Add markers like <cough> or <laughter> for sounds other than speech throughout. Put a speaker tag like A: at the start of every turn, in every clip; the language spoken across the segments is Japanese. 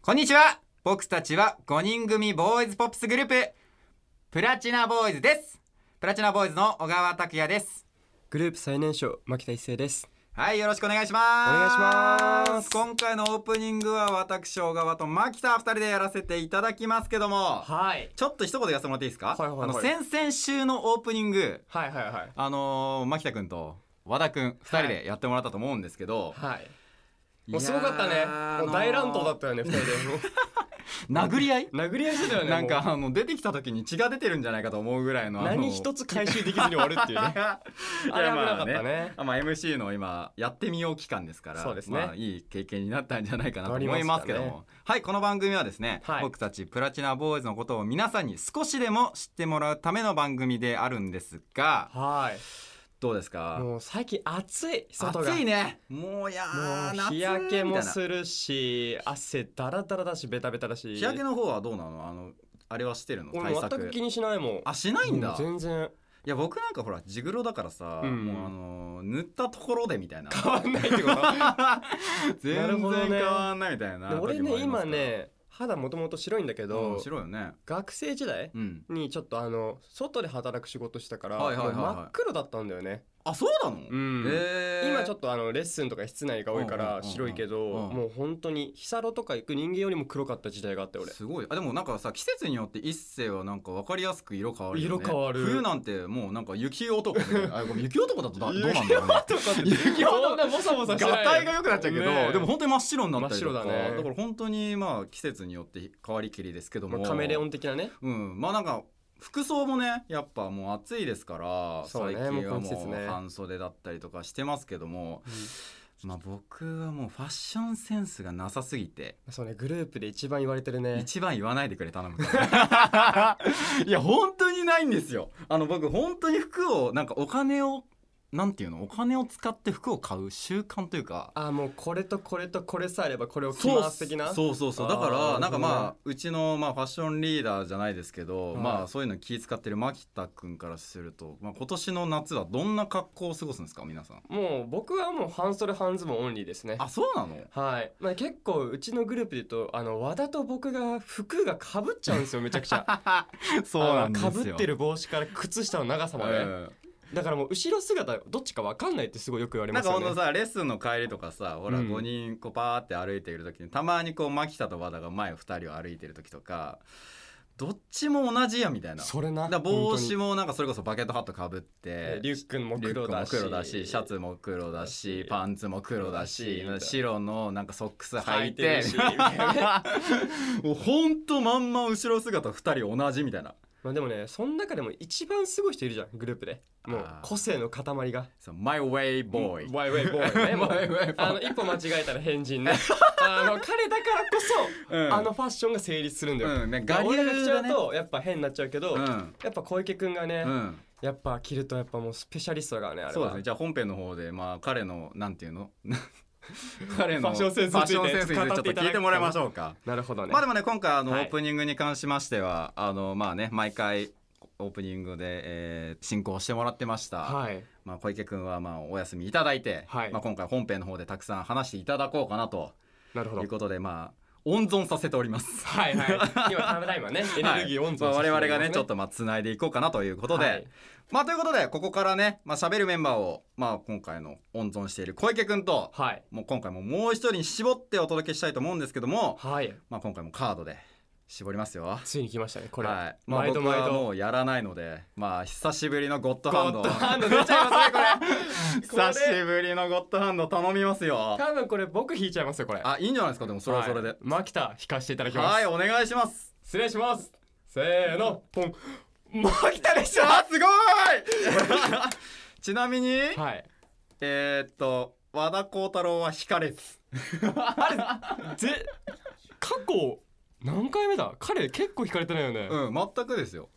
A: こんにちは僕たちは5人組ボーイズポップスグループプラチナボーイズですプラチナボーイズの小川拓也です
B: グループ最年少牧田一成です
A: はいよろしくお願いします
B: お願いします
A: 今回のオープニングは私小川と牧田2人でやらせていただきますけども
B: はい
A: ちょっと一言言わせてもらっていいですか、
B: はいはいはい
A: あの先々週のオープニング
B: はいはいはい
A: あのー、牧田君と和田君2人でやってもらったと思うんですけど、
B: はい
A: い
B: も
A: やー
B: うすごかったねもう大乱闘だったよね二人でも
A: 殴り合
B: <laughs>
A: いう
B: 殴り合いしてたよね
A: なん
B: も
A: かあの出てきた時に血が出てるんじゃないかと思うぐらいの
B: う
A: あの
B: 何一つ回収できずに終わるっていう <laughs> ね
A: あ
B: あれ危なかったね
A: まあ MC の今やってみよう期間ですから
B: そうですね
A: まあ、いい経験になったんじゃないかなと
B: なり
A: 思
B: ま
A: い
B: したね
A: ますけども、はいこの番組はですね、
B: はい
A: 僕たちプラチナボーイズのことを皆さんに少しでも知ってもらうための番組であるんですが
B: はい
A: どうですか
B: もう最近暑い外が
A: 暑いねもういやー
B: もう
A: 夏
B: 日焼け
A: み
B: も
A: たいな
B: するし汗だらだらだしベタベタだし
A: 日焼けの方はどうなのあのあれはしてるの
B: 俺
A: 対
B: 全く
A: 策
B: 気にしないもん
A: あしないん
B: も
A: だ
B: う全然
A: いや僕なんかほらジグロだからさ、
B: うん
A: もうあの塗ったところでみたいな
B: 変わんないってこと
A: <laughs> 全
B: なる
A: 然
B: ほどね
A: 変わんないみたいな、
B: <laughs> で俺ね
A: 時もあ
B: 今
A: りますから
B: ね肌もともと白いんだけ
A: う
B: ど
A: ん白いよね
B: 学生時代
A: うん
B: にちょっとあの外で働く仕事してたから、
A: はいはいはいはい
B: もう真っ黒だったんだよね、
A: あそうなの、
B: ん
A: えー、
B: 今ちょっとあのレッスンとか室内が多いか
A: うんうんうんう
B: ら
A: ん
B: 白いけど、
A: うん
B: もう本当に日サロとか行く人間よりも黒かった時代があって <laughs> 俺
A: すごいあでもなんかさ季節によって一世はなんか分かりやすく色変わるよね
B: 色変わる
A: 冬なんてもうなんか雪男
B: <laughs>
A: みたいなあごめん雪男だとだどうなんだろうね
B: とかって
A: 雪男
B: そんなボサボ
A: 合
B: サしてない
A: 体が良くなっちゃうけど、
B: ねえ
A: でも本当に真っ白になったりと
B: 真
A: か
B: っ
A: だ,、
B: 白だね
A: から本当にまあ季節によって変わりきりですけど
B: ま
A: も
B: あカメレオン的なね
A: うんまあなんか服装もねやっぱもう暑いですから、
B: そうね
A: 最近は
B: もうこの季節
A: もう
B: ね
A: 半袖だったりとかしてますけども、まあ僕はもうファッションセンスがなさすぎて
B: そうねグループで一番言われてるね
A: 一番言わないでくれ頼む
B: <laughs>
A: から <laughs> いや本当にないんですよあの僕本当に服をなんかお金をなんていうのお金を使って服を買う習慣というか
B: あもうこれとこれとこれさえあればこれを着
A: そう
B: ます的な
A: そうそうそうだか
B: あ
A: ら
B: ー
A: なんかま
B: なる
A: あ、
B: ほ
A: うちのまあファッションリーダーじゃないですけど、
B: はい
A: まあそういうの気使ってる牧田君からすると、まあ、今年の夏はどんな格好を過ごすんですか皆さん
B: もう僕はもう半袖半ズボンオンリーですね
A: あそうなの
B: はい、まあ、結構うちのグループで言うとあの和田と僕が服がかぶっちゃうん
A: <laughs>
B: ですよめちゃくちゃ
A: <laughs> そ
B: かぶってる帽子から靴下の長さまで、だからもう後ろ姿どっちか分かんないってすごいよく言われ
A: な
B: ま
A: ん
B: す
A: か
B: よ
A: ほん
B: ね
A: とさレッスンの帰りとかさほら
B: うん
A: 5人こうパーって歩いている時に、たまにこう牧田と和田が前2人を歩いてる時とかどっちも同じやみたいな
B: それな
A: だから帽
B: 本当
A: 子
B: に
A: もなんかそれこそバケットハットかぶって
B: えリュックも
A: リュッ
B: 黒
A: クも
B: だし
A: 黒だしシャツも黒だ
B: 黒だ
A: し
B: し
A: パンツも黒だし
B: 黒だし
A: 白のなんかソックス履
B: 履
A: い
B: い
A: て
B: てるしみたいな
A: <laughs> もうほんとまんま後ろ姿2人同じみたいな
B: まあでもねその中でも一番すごい人いるじゃんグループでもう
A: あー
B: 個性の塊が
A: 「マイ・ウェイ・ボーイ」
B: ワイワイボーイ
A: <laughs>
B: ねもう
A: My way, boy
B: あの一歩間違えたら変人ねあの彼だからこそ、
A: うん
B: あのファッションが成立するんだよ、
A: うんね
B: ガ
A: ガリ
B: リ
A: ア
B: が着
A: ル
B: ちゃ
A: だ
B: う
A: ね
B: とやっぱ変になっちゃうけど、
A: うん
B: やっぱ小池くんがね、
A: うん
B: やっぱ着るとやっぱもうスペシャリストだからねあれは
A: そうですねじゃあ本編の方でまあ彼のなんていうの彼の
B: ファッションセンスについて
A: ファッションセンスについてちょっと聞いてもらいましょうか
B: なるほどね、
A: まあでもね今回あのオ
B: はい
A: ープニングに関しましては、あのまあね毎回オープニングで、えー進行してもらってました、
B: はい
A: まあ、小池君はまあお休みいただいて、
B: はい
A: まあ、今回本編の方でたくさん話していただこうかなと
B: なるほど
A: いうことでまあ温存させております。
B: はいはい。今タイムラインはね、 <laughs> エネルギー温存、
A: はい <laughs> まあ我々がねちょっ。とまあつないでいこうかなということで、
B: はい
A: まあということでここからねまあ喋るメンバーをまあ今回の温存している小池君と、
B: はい。
A: もう今回ももう一人に絞ってお届けしたいと思うんですけども、
B: はい。
A: まあ、今回もカードで絞りますよ。
B: ついに来ましたね、これ。
A: はい、まあ、
B: 毎度
A: 僕は
B: 毎度
A: もうやらないので、まあ、久しぶりのゴッドハンド。
B: ハンド出ちゃいますね、 <laughs> こ
A: <laughs>
B: れ。
A: 久しぶりのゴッドハンド頼みますよ。
B: 多分これ僕引いちゃいますよ、これ。
A: あ、いいんじゃないですか、でも、それはそれで。
B: い牧田引かせていただきます。
A: はい、お願いし
B: <laughs>
A: ます。
B: 失礼します。せーの、ポン。牧田でした
A: あ、す
B: <laughs>
A: ごい。ちなみに、
B: はい。
A: えー、っと、和田幸太郎は引かれず。
B: ぜ、過去、何回目だ彼結構引かれてないよね。
A: うん、全くですよ。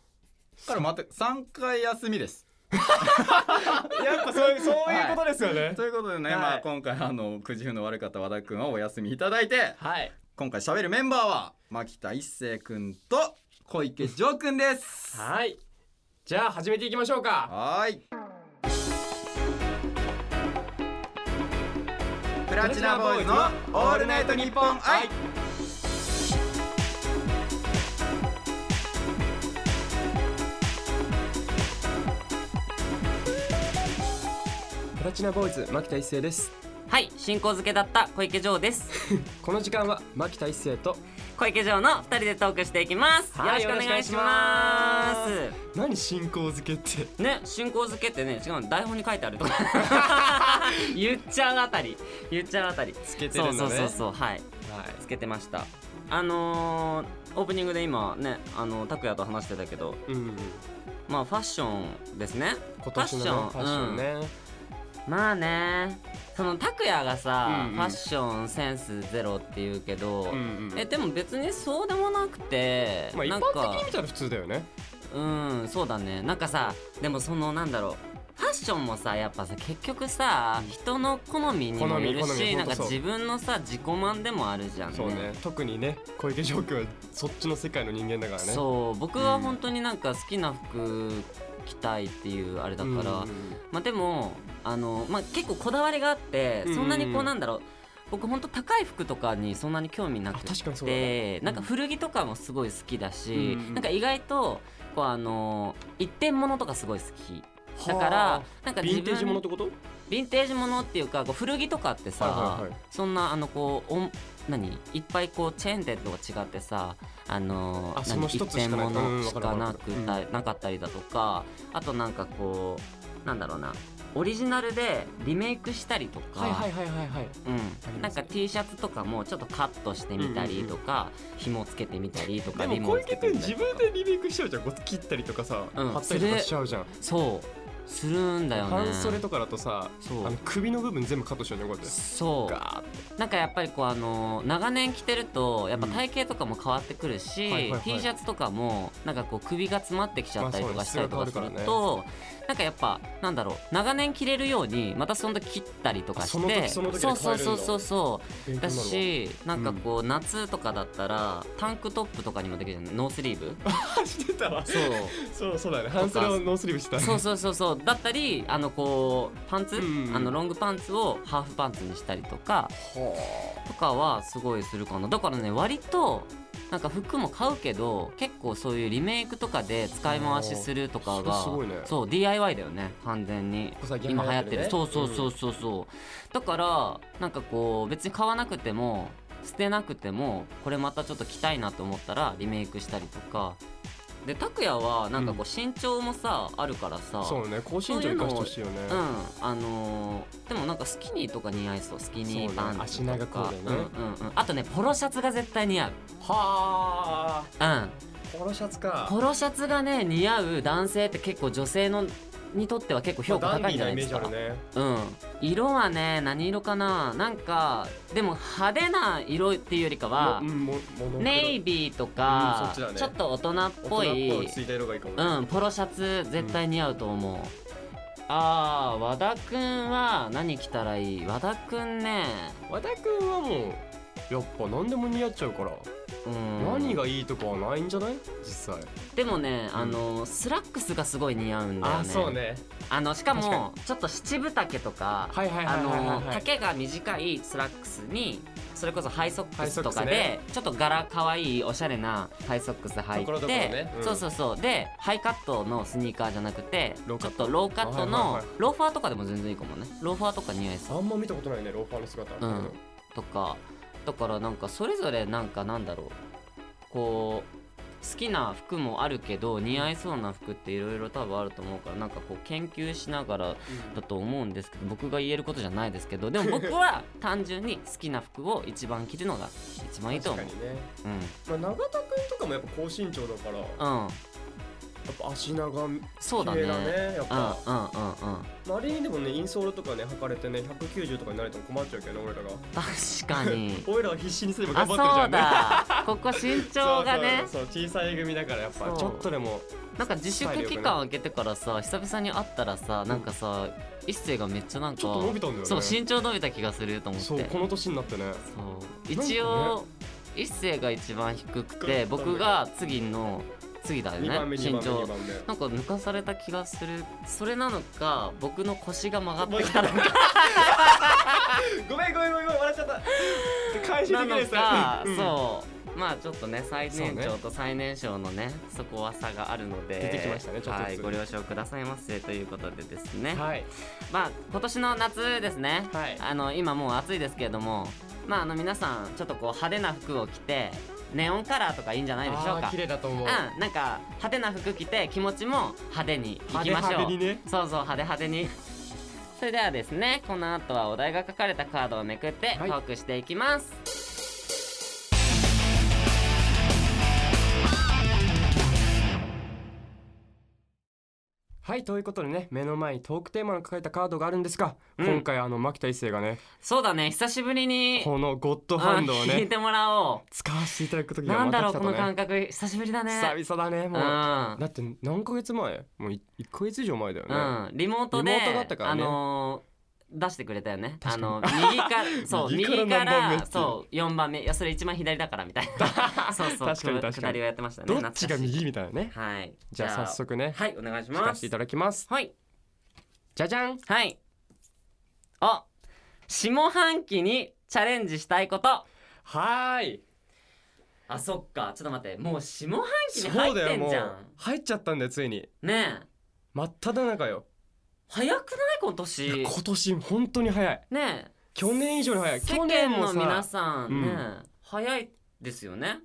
A: から、待って、三回休みです。
B: やっぱそういう、そういうことですよね。
A: ということでね、
B: はい
A: まあ、今回、あの、くじ運の悪かった和田君はお休みいただいて。
B: はい。
A: 今回喋るメンバーは、牧田一成君と小池城君です。
B: はい。じゃあ始めていきましょうか。
A: はーい。プラチナボーイズのオールナイトニッポン愛。
B: ラチナボーイズ牧田一成です
C: はい進行付けだった小池城です
B: この時間は牧田一成と
C: 小池城の2人でトークしていきます、
B: はい
C: よろしくお願いします
B: よろしくお願い何進行付けって
C: ね進行付けってね違うの台本に書いて
B: <laughs>
C: あるとか言っちゃうあたり言っちゃうあたり
B: つけて
C: そ
B: る
C: うんそ
B: だ
C: う
B: ね
C: そうそうはい
B: はい
C: つけてましたあのー、オープニングで今ねあの拓也と話してたけど
B: うん、
C: まあファッションですね
B: 今年のねファッションね、
C: まあねその拓也がさ、
B: うんうん
C: ファッションセンスゼロって言うけど、
B: うんうん
C: えでも別にそうでもなくて、
B: まあ一
C: なん
B: 般的に
C: か
B: 見たら普通だよね
C: うんそうだねなんかさでもそのなんだろうファッションもさやっぱさ結局さ人の好みにもよる
B: 好み好み
C: しなん
B: ほ
C: か
B: んとそう
C: 自分のさ自己満でもあるじゃんね
B: そうね特にね小池翔君はそっちの世界の人間だからねう
C: そう僕は本当になんか好きな服着たいっていうあれだから、
B: ん
C: まあでもあの、まあ、結構こだわりがあって
B: うん
C: そんなにこうなんだろう僕本当高い服とかにそんなに興味なく
B: あ確かにそうだ
C: て
B: ね
C: なんか古着とかもすごい好きだし、
B: うん
C: なんか意外とこうあの一点物とかすごい好きだか
B: は
C: ら
B: あ
C: なんか
B: ヴィ
C: 自
B: ンテージものっ
C: 分
B: てこと
C: ヴィンテージものっていうかこう古着とかってさ、
B: はいはいはい
C: そんなあのこうお何いっぱいこうチェーン店とか違ってさあの
B: あ
C: 何
B: その一つしかない
C: 一点物しかなく
B: うんわかるわか
C: たなかったりだとかあとなんかこうなんだろうなオリジナルでリメイクしたりとか、
B: いはいはいはい
C: うん、なんか T シャツとかもちょっとカットしてみたりとか、紐つけてみたりとか
B: で
C: リ
B: も
C: モ
B: 小
C: ンつけ
B: 池
C: て
B: 君
C: みたり
B: <laughs> 自
C: とか
B: 分でリメイクしちゃうじゃんこう切ったりとかさ、
C: うん
B: 貼ったりとかしちゃうじゃん
C: そうするんだよね
B: 半袖とかだとさ
C: そう
B: あの首の部分全部カットしちゃうねこうやって
C: そう
B: ガーッ
C: なんかやっぱりこうあの長年着てるとやっぱ体型とかも変わってくるし、
B: うんはいはいはい
C: T シャツとかもなんかこう首が詰まってきちゃったりと
B: ま
C: か
B: あ
C: し
B: そ
C: た
B: うね
C: りとかする
B: 質が変
C: となんかやっぱなんだろう長年着れるようにまたその時切ったりとかし
B: あ
C: て
B: その時そ
C: そ
B: の
C: う
B: 時で変えるんだ
C: そうそうそうそう
B: 勉強になる
C: だ
B: わ
C: しなんかこう夏とかだったらタンクトップとかにもできるじゃないノースリーブ
B: 走ってたわ
C: そう
B: そうそうだよね半袖をノースリーブしてたね
C: そうそうそうそうだったりあのこうパンツ、
B: うんうん
C: あのロングパンツをハーフパンツにしたりとかとかはすごいするかなだからね割となんか服も買うけど結構そういうリメイクとかで使い回しするとか
B: あー
C: が
B: それすごいね
C: そう DIY だよね完全に
B: ここ最近
C: 今流行ってる
B: ね
C: そうそうそうそうそうだからなんかこう別に買わなくても捨てなくてもこれまたちょっと着たいなと思ったらリメイクしたりとかで拓也はなんかこう身長もさ、あるからさ
B: そうね高身長生かしてほしいよね
C: うん、あのーでもなんかスキニーとか似合いそうスキニーパンツ
B: そうね足長
C: とか
B: コーデね
C: うんうんうん、あとねポロシャツが絶対似合う、
B: はあ
C: うん、
B: ポロシャツか
C: ポロシャツがね似合う男性って結構女性のにとっては結構評価高いんじゃないですか、
B: まあダンディなイメージあるね
C: うん色はね何色かななんかでも派手な色っていうよりかは
B: もうんもモノクロ
C: ネイビーと
B: うんそ
C: か
B: っ、ちだね
C: ちょっと大人っぽ
B: 大人っぽい
C: い
B: 落ち着いた色がいいかもね
C: うんポロシャツ絶対似合うと思う、あー和田くんは何着たらいい和田くんね
B: 和田君はもうやっぱ何でも似合っちゃうから、
C: うん
B: 何がいいとかはないんじゃない実際
C: でもねあのスラックスがすごい似合うんだよね
B: ね
C: あのしか
B: 確か
C: もちょっと七分丈とか
B: はいはいはい
C: あ
B: はいはい
C: の
B: はい
C: 丈が短いスラックスにそれこそハイソッ
B: ハ
C: ク
B: イソッ
C: ス
B: ク
C: と
B: ス
C: かで、
B: ね
C: ちょっと柄可愛いおしゃれなハイソックス履いて
B: ところどころねうん
C: そうそうそうでハイカットのスニーカーじゃなくてちょ
B: ローカ
C: っ
B: ット
C: とローカット
B: はい
C: の
B: はいはい
C: ローファーとかでも全然いいかもねローファーとか似合いそう
B: あんま見たことないねローファーの姿
C: うんとかだからなんかそれぞれなんかなんだろうこう好きな服もあるけど似合いそうな服っていろいろ多分あると思うからなんかこう研究しながらだと思うんですけど僕が言えることじゃないですけどでも
B: <laughs>
C: 僕は単純に好きな服を一番着るのが一番いいと
B: 確
C: 思
B: か
C: う
B: に。ね、
C: うん
B: まあ、永田君とかもやっぱ高身長だからやっ
C: うん、
B: ぱ足長綺
C: そうだね。
B: 麗だねやっ
C: うんうん
B: ぱ、
C: うんうん
B: まあ、あれにでもねインソールとかね履かれてね190とかになれても困っちゃうけどね俺らが
C: 確か
B: <laughs>
C: に
B: 俺らは必死にすれば
C: あ
B: 頑張ってるじ
C: そ
B: ゃ
C: うん
B: ね
C: だここ身長がね
B: <laughs> そうそうそう小さい組だからやっぱ
C: そう
B: ちょっとでも
C: なんか自粛期間明けてからさ久々に会ったらさなんかさ一星がめっちゃなんか
B: ちょっと伸びたんだよね
C: そう身長伸びた気がすると思って
B: そうこの年になってね
C: そう一応、一星が一番低くて僕が次の次だよ
B: 2番目
C: ね身
B: 2番目2
C: 長
B: 番目
C: なんか抜かされた気がするそれなのか僕の腰が曲がってきたのか
B: ごめんごめんごめんごめん笑っちゃった返し
C: な
B: てく
C: の
B: れ
C: か、
B: さうん
C: そうまあちょっとね最年長と最年少のねそこは差があるので
B: 出てきましたねちょっとずつ
C: はいご了承くださいませということでですね、
B: はい
C: まあ今年の夏ですね、
B: はい
C: あの今もう暑いですけれどもまああの皆さんちょっとこう派手な服を着てネオンカラーとかいいんじゃないでしょう
B: あー
C: か
B: 綺麗だと思う
C: うん、なんか派手な服着て気持ちも派手にいきましょう
B: 派手派手にね
C: そうそう派手派手にそれではですねこの後はお題が書かれたカードをめくってト
B: はい
C: ークしていきます、
B: はいということでね目の前にトークテーマの書かれたカードがあるんですが、
C: うん
B: 今回あの牧田一成がね
C: そうだね久しぶりに
B: このゴッドハンドを
C: うん聞い
B: ね
C: てもらお
B: 使わせていただく
C: う
B: 時が
C: なん
B: ま
C: だ
B: た
C: ろう
B: 来た
C: ことの
B: ね
C: 感覚久しぶりだね
B: 久々だねもう
C: うん
B: だって何ヶ月前もう1ヶ月以上前だよね、
C: うん、リモートで
B: リモートだったからね
C: あのー出してくれたよね。あ
B: 確かに
C: の
B: <laughs>
C: 右からそう
B: 右
C: 右
B: か
C: からら
B: 何番目っていう
C: そう四番目いやそれ一番左だからみたい
B: <laughs>
C: なそうそう
B: 確かに確かに
C: 下りをやってましたね
B: どっちが
C: 懐かし
B: 右みたいなね
C: いはい
B: じゃあ早速ね
C: はいお願いし
B: 聞か
C: ま
B: せて
C: す
B: いただきます
C: はい
B: じゃじゃん
C: はいあ下半期にチャレンジしたいこと
B: はーい
C: あそっかちょっと待ってもう下半期に入ってん
B: も
C: じゃ
B: うん入っちゃったんだよついに
C: ねえ
B: 真っ只中よ
C: 早くない
B: い
C: 今
B: や
C: 年
B: 今年本当に早い
C: ねえ
B: 去年以上に早い
C: 世
B: 去年
C: 間
B: も
C: の皆
B: さ
C: さ
B: うん
C: んね、早いですよね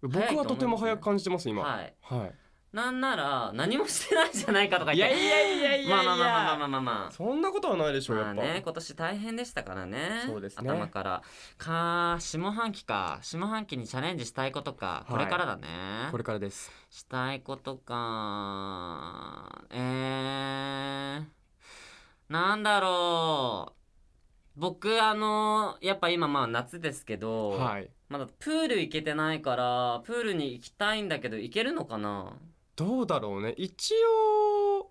B: 僕
C: 早いと
B: は
C: 思います
B: とても早く感じてます今は
C: はい
B: い
C: なんなら何もしてないじゃないかとか
B: い
C: 言っ
B: や
C: て
B: いやいやいやいや
C: まあまあまあまあまあまあまあ
B: そんなことはないでしょう
C: ま
B: や
C: あ
B: っ
C: ね
B: ぱ
C: 今年大変でしたからね
B: そうですね
C: 頭からか下半期か下半期にチャレンジしたいことか
B: はい
C: これからだね、
B: これからです
C: したいことかえー、なんだろう僕あのやっぱ今まあ夏ですけど、
B: はい
C: まだプール行けてないからプールに行きたいんだけど行けるのかな
B: どうだろうね一応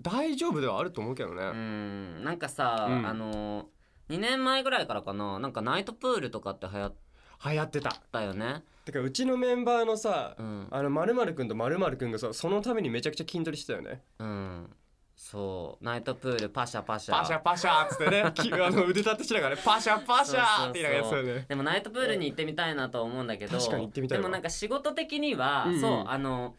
B: 大丈夫ではあると思うけど
C: う
B: ね
C: んなんかさ、
B: うん
C: あの2年前ぐらいからかななんかナイトプールとかって流行っ
B: 流行ってた
C: たよね
B: てかうちのメンバーのさ
C: うん
B: あのまるまるくんとまるまるくんがさそのためにめちゃくちゃ筋トレしてたよね
C: うんそうナイトプールパシャパシャ
B: パシャパシャっつってね <laughs> きあの腕立てしながらねパシャパシャって言いながらやっ
C: そ
B: てた
C: うそう
B: よね
C: でもナイトプールに行ってみたいなと思うんだけど
B: 確かに行ってみたいわ
C: でもなんか仕事的には、
B: うんうん
C: そうあの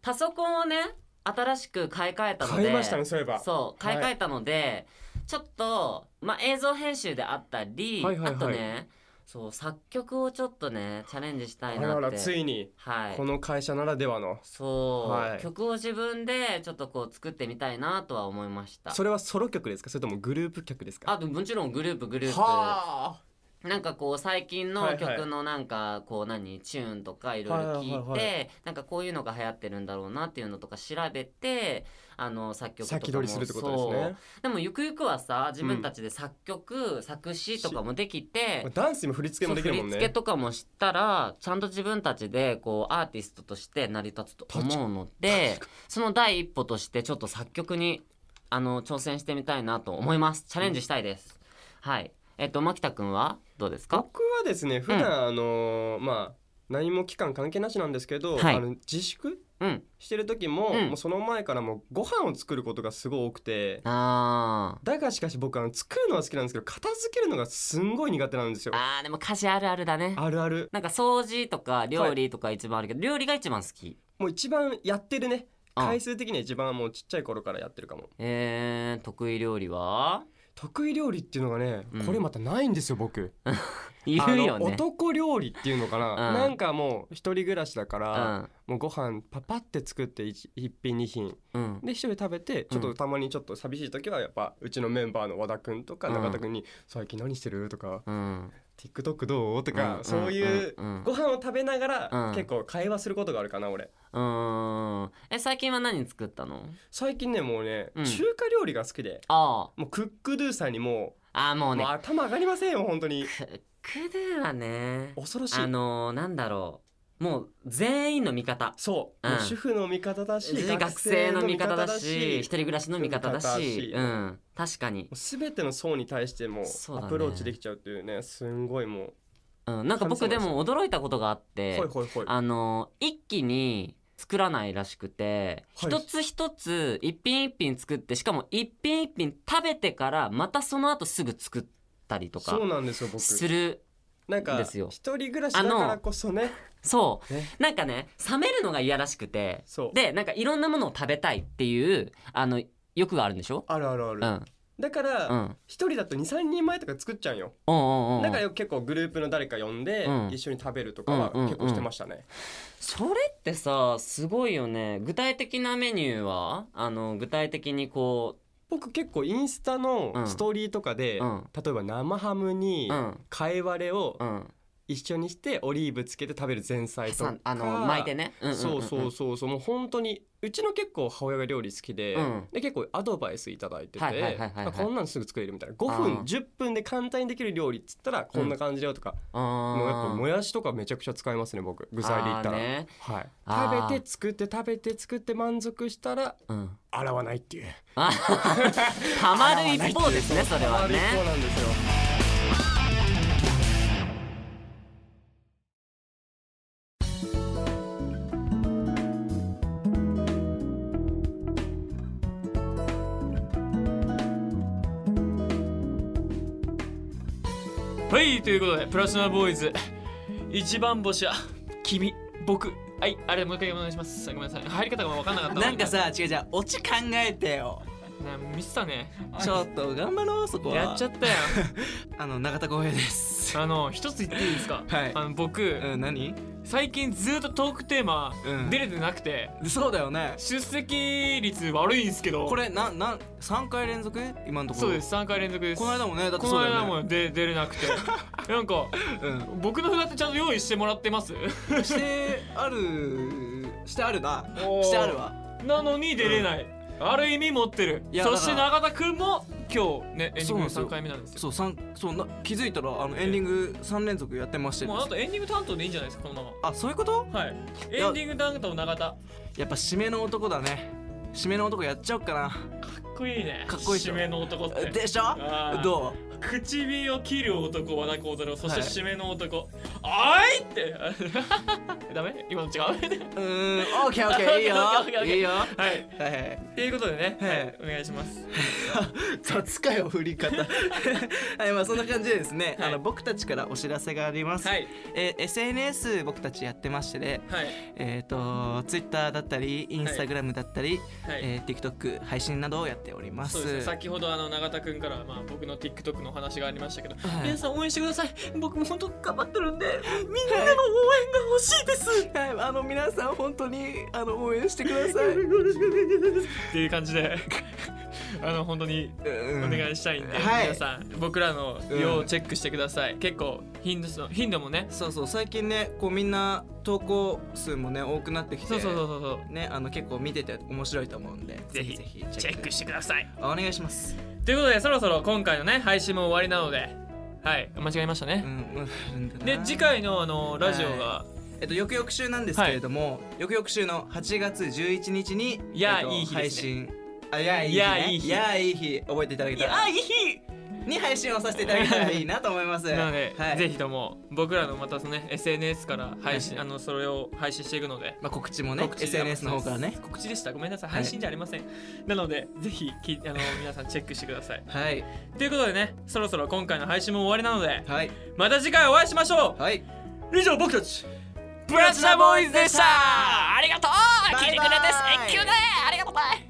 C: パソコンをね新しく買い替えたので
B: 買いましたねそういえば
C: そう
B: は
C: 買
B: い
C: い替えたので、ちょっと、まあ、映像編集であったり、
B: はいはいはい
C: あとねそう作曲をちょっとねチャレンジした
B: あ
C: いなって
B: ららついに
C: はい
B: この会社ならではの
C: そう、
B: はい
C: 曲を自分でちょっとこう作ってみたいなとは思いました
B: それはソロ曲ですかそれともグループ曲ですか
C: あともちろんグループグループ
B: はあ
C: なんかこう最近
B: はいは
C: の
B: い
C: 曲のなんかこう何チューンとかいろいろ
B: はい
C: 聞
B: はいいは
C: てなんかこういうのが流行ってるんだろうなっていうのとか調べてあの作曲とかも
B: 先取りするってことですね
C: そうでもゆくゆくはさ自分たちで作曲、作詞とかもできて
B: まあダンスにも振り付けもできるもん
C: そう振り付け
B: ね
C: とかもしたらちゃんと自分たちでこうアーティストとして成り立つと思うのでその第一歩としてちょっと作曲にあの挑戦してみたいなと思いますチャレンジしたいです、はいえっと牧田君はどうですか
B: 僕はですね普段あのーまあ何も期間関係なしなんですけど
C: はい
B: あの自粛
C: うん
B: してる時も
C: うん
B: もうその前からもうご飯を作ることがすごい多くて
C: あー
B: だがしかし僕あの作るのは好きなんですけど片付けるのがすんごい苦手なんですよ
C: あーでも家事あるあるだね
B: あるある
C: なんか掃除とか料理とか一番あるけど、料理が一番好き
B: もう一番やってるね
C: うん
B: 回数的には一番もうちっちゃい頃からやってるかも
C: えー、得意料理は
B: 得意料理っていうのがね
C: うん
B: これまたないんですよ僕
C: 言うよ
B: あの
C: ね
B: 男料理っていうのかな、
C: うん
B: なんかもう一人暮らしだか
C: う
B: ら、
C: ん
B: もうご飯パパって作って一一品二品
C: うん
B: で一人で食べてちょっとたまにちょっと寂しい時はやっぱうちのメンバーの和田くんとか
C: うん
B: 中田くんに「最近何してる?」とか
C: うん
B: TikTok どう?」と
C: う
B: か
C: ん
B: そういう
C: うんうん
B: ご飯を食べなが
C: う
B: ら
C: ん
B: 結構会話することがあるかな俺
C: うーんえ最近は何作ったの
B: 最近ねもうね
C: うん
B: 中華料理が好きで
C: あ
B: もうクックドゥさんにも
C: ああーも
B: う
C: うね
B: もう頭上がりませんよ本当に
C: クックドゥはね
B: 恐ろしい
C: あのー、なんだろうもう全員の味方
B: そう
C: うん
B: もう主婦の味方だし
C: 学生の味方だし一
B: も
C: 人暮らしの味方だ
B: 味方だ
C: し
B: し
C: うん確かに
B: う、全ての層に対しても
C: そうだね
B: アプローチできちゃうっていうねすんごいも
C: うん、なんか僕
B: 神様で
C: ですも驚いたことがあっ
B: う
C: て
B: ほいほいほい
C: あのー一気に作らないらしくて、
B: はい
C: 一つ一つ一品一品作ってしかも一品一品食べてからまたその後すぐ作ったりとか
B: そうなんですよ僕
C: する
B: なんか
C: ですよ
B: 一人暮らしだからこそね
C: そう、
B: ね
C: なんかね冷めるのが嫌らしくて
B: そう
C: でなんかいろんなものを食べたいっていうあの欲があるんでしょ
B: あるあるある、
C: うんうん
B: だから、
C: うん
B: 一人だと23人前とか作っちゃうんよ、
C: うんうん
B: だからよく結構グループの誰か呼んで、
C: うん
B: 一緒に食べるとかは
C: うんうんうん
B: 結構してましたね、
C: それってさすごいよね具体的なメニューはあの具体的にこ
B: 僕結構インスタのストーリーとかで、
C: うん
B: 例えば生ハムに
C: ううん
B: 貝割れを
C: うん
B: 一緒にしてオリーブつけて食べる前菜と
C: さ
B: か
C: んあの巻いて
B: ね
C: ねんんんん
B: そうそうそうそうもう本当にうちの結構母親が料理好きで,、
C: うん
B: で結構アドバイスいただいてて、
C: はいはいはいはいはい
B: あこんなんすぐ作れるみたいな5分
C: あー
B: 10分で簡単にできる料理っつったらこんな感じだよとか、
C: あ
B: もうやっぱ
C: ー
B: もやしとかめちゃくちゃ使いますね僕具材で言ったら、
C: あーね
B: はい
C: あー
B: 食べて作って食べて作って満足したら
C: うん
B: 洗わないっていう
C: あ
B: <laughs>
C: ハマる一方ですねそれ
B: 洗わないっ
C: はね
B: ていうそうなんですよ
D: はいということでプラチナボーイズ一番星は君僕はいあれもう一回お願いしますごめんなさい入り方が分かんなかったの
E: なんかさ違う違うオチ考えてよ
D: ねミスったね
E: ちょっと頑張ろうそこは
D: やっちゃったよ
E: あの永田光平です
D: あの一つ言っていいですか
E: はい
D: あの僕、
E: うん何
D: 最近ずっとトークテーマ
E: うん
D: 出れてなくて、
E: そうだよね
D: 出席率悪いんですけど
E: これななん三回連続今のところ
D: そうです3回連続です
E: この間もねだって
D: こ
E: そ
D: の
E: うだよ
D: 間
E: ね
D: も出出れなく
E: <laughs>
D: てなんか
E: うん
D: 僕の札ってちゃんと用意してもらってます
E: してあるしてあるなしてあるわ
D: なのに出れない、ある意味持ってる
E: いや
D: そして
E: だ
D: 永田君も今日ねエンディ
E: そう
D: ング
E: なんですよ
D: 3回目なんですよ
E: そう三そうな気づいたらあのエンディング三連続やってまして
D: もうあとエンディング担当でいいんじゃないですかこのま
E: あそういうこと
D: まはいエンディング担当永田か
E: やっぱ締めの男だね締めの男やっちゃおっかな
D: っこいいね
E: かっこいいっしょ
D: 締めの男って
E: でしょ
D: あー
E: ど
D: 唇を切る男和田幸太郎そして
E: はい
D: 締めの男「あい!」ってダメ今 <laughs> の違う
E: ううーんオッケーオッケ <laughs>
D: OK
E: ーいいよ
D: OK OK
E: いいよは
D: はい
E: いはい
D: ということでね、
E: はい
D: はい、お願いします
E: 雑かよ振り <laughs> 方はいまあそんな感じでですね、
D: はい
E: あの僕たちからお知らせがあります、
D: はい
E: えー SNS 僕たちやってましてね
D: はい
E: えっ、と Twitter だったり Instagram だったり、
D: はい、
E: えー TikTok 配信などをやっております
D: そうですね先ほどあの永田君から、まあ、僕の TikTok のお話がありましたけど、
E: はい
D: 皆さん応援してください僕も本当頑張ってるんで
E: みんなの応援が欲しいです。はい、あの皆さん本当にあの応援してくださ
D: <laughs>
E: い。
D: っていう感じで <laughs> あの本当にお
E: お
D: 願いしたいんで、
E: はい
D: 皆さん僕らの量をチェックしてください、結構頻度の頻度もね
E: そうそう最近ねこうみんな投稿数もね多くなってきて、
D: そうそうそうそうそう
E: ねあの結構見てて面白いと思うんで、
D: ぜひ
E: ぜひ
D: チェックしてください
E: お願いします。
D: ということでそろそろ今回のね配信も終わりなのではい間違えました
E: う
D: ね、
E: んうん。
D: で次回のあのラジオが、
E: えっと翌々週なんですけれども、翌々週の8月11日に
D: いや
E: えっと
D: いい日
E: 配
D: ですね
E: 信。あいやいい日、ね、
D: いやいい日
E: やいい日覚えていただけたら。
D: いい
E: に配信をさせていただけたらいいなと思います。
D: <laughs> なので、
E: はい、
D: ぜひとも僕らのまたそのね SNS から配信、
E: は
D: あのそれを配信していくので
E: まあ、告知もね
D: 告知
E: SNS の方からね
D: 告知でしたごめんなさい
E: はい
D: 配信じゃありません、なのでぜひきあの皆さんチェックしてください
E: はい
D: ということでねそろそろ今回の配信も終わりなので
E: はい
D: また次回お会いしましょ
E: はい。
D: う以上僕たちプラチナボーイズでした
E: バイバイ
C: 聞いてくれて、セッキューでありがとうバイ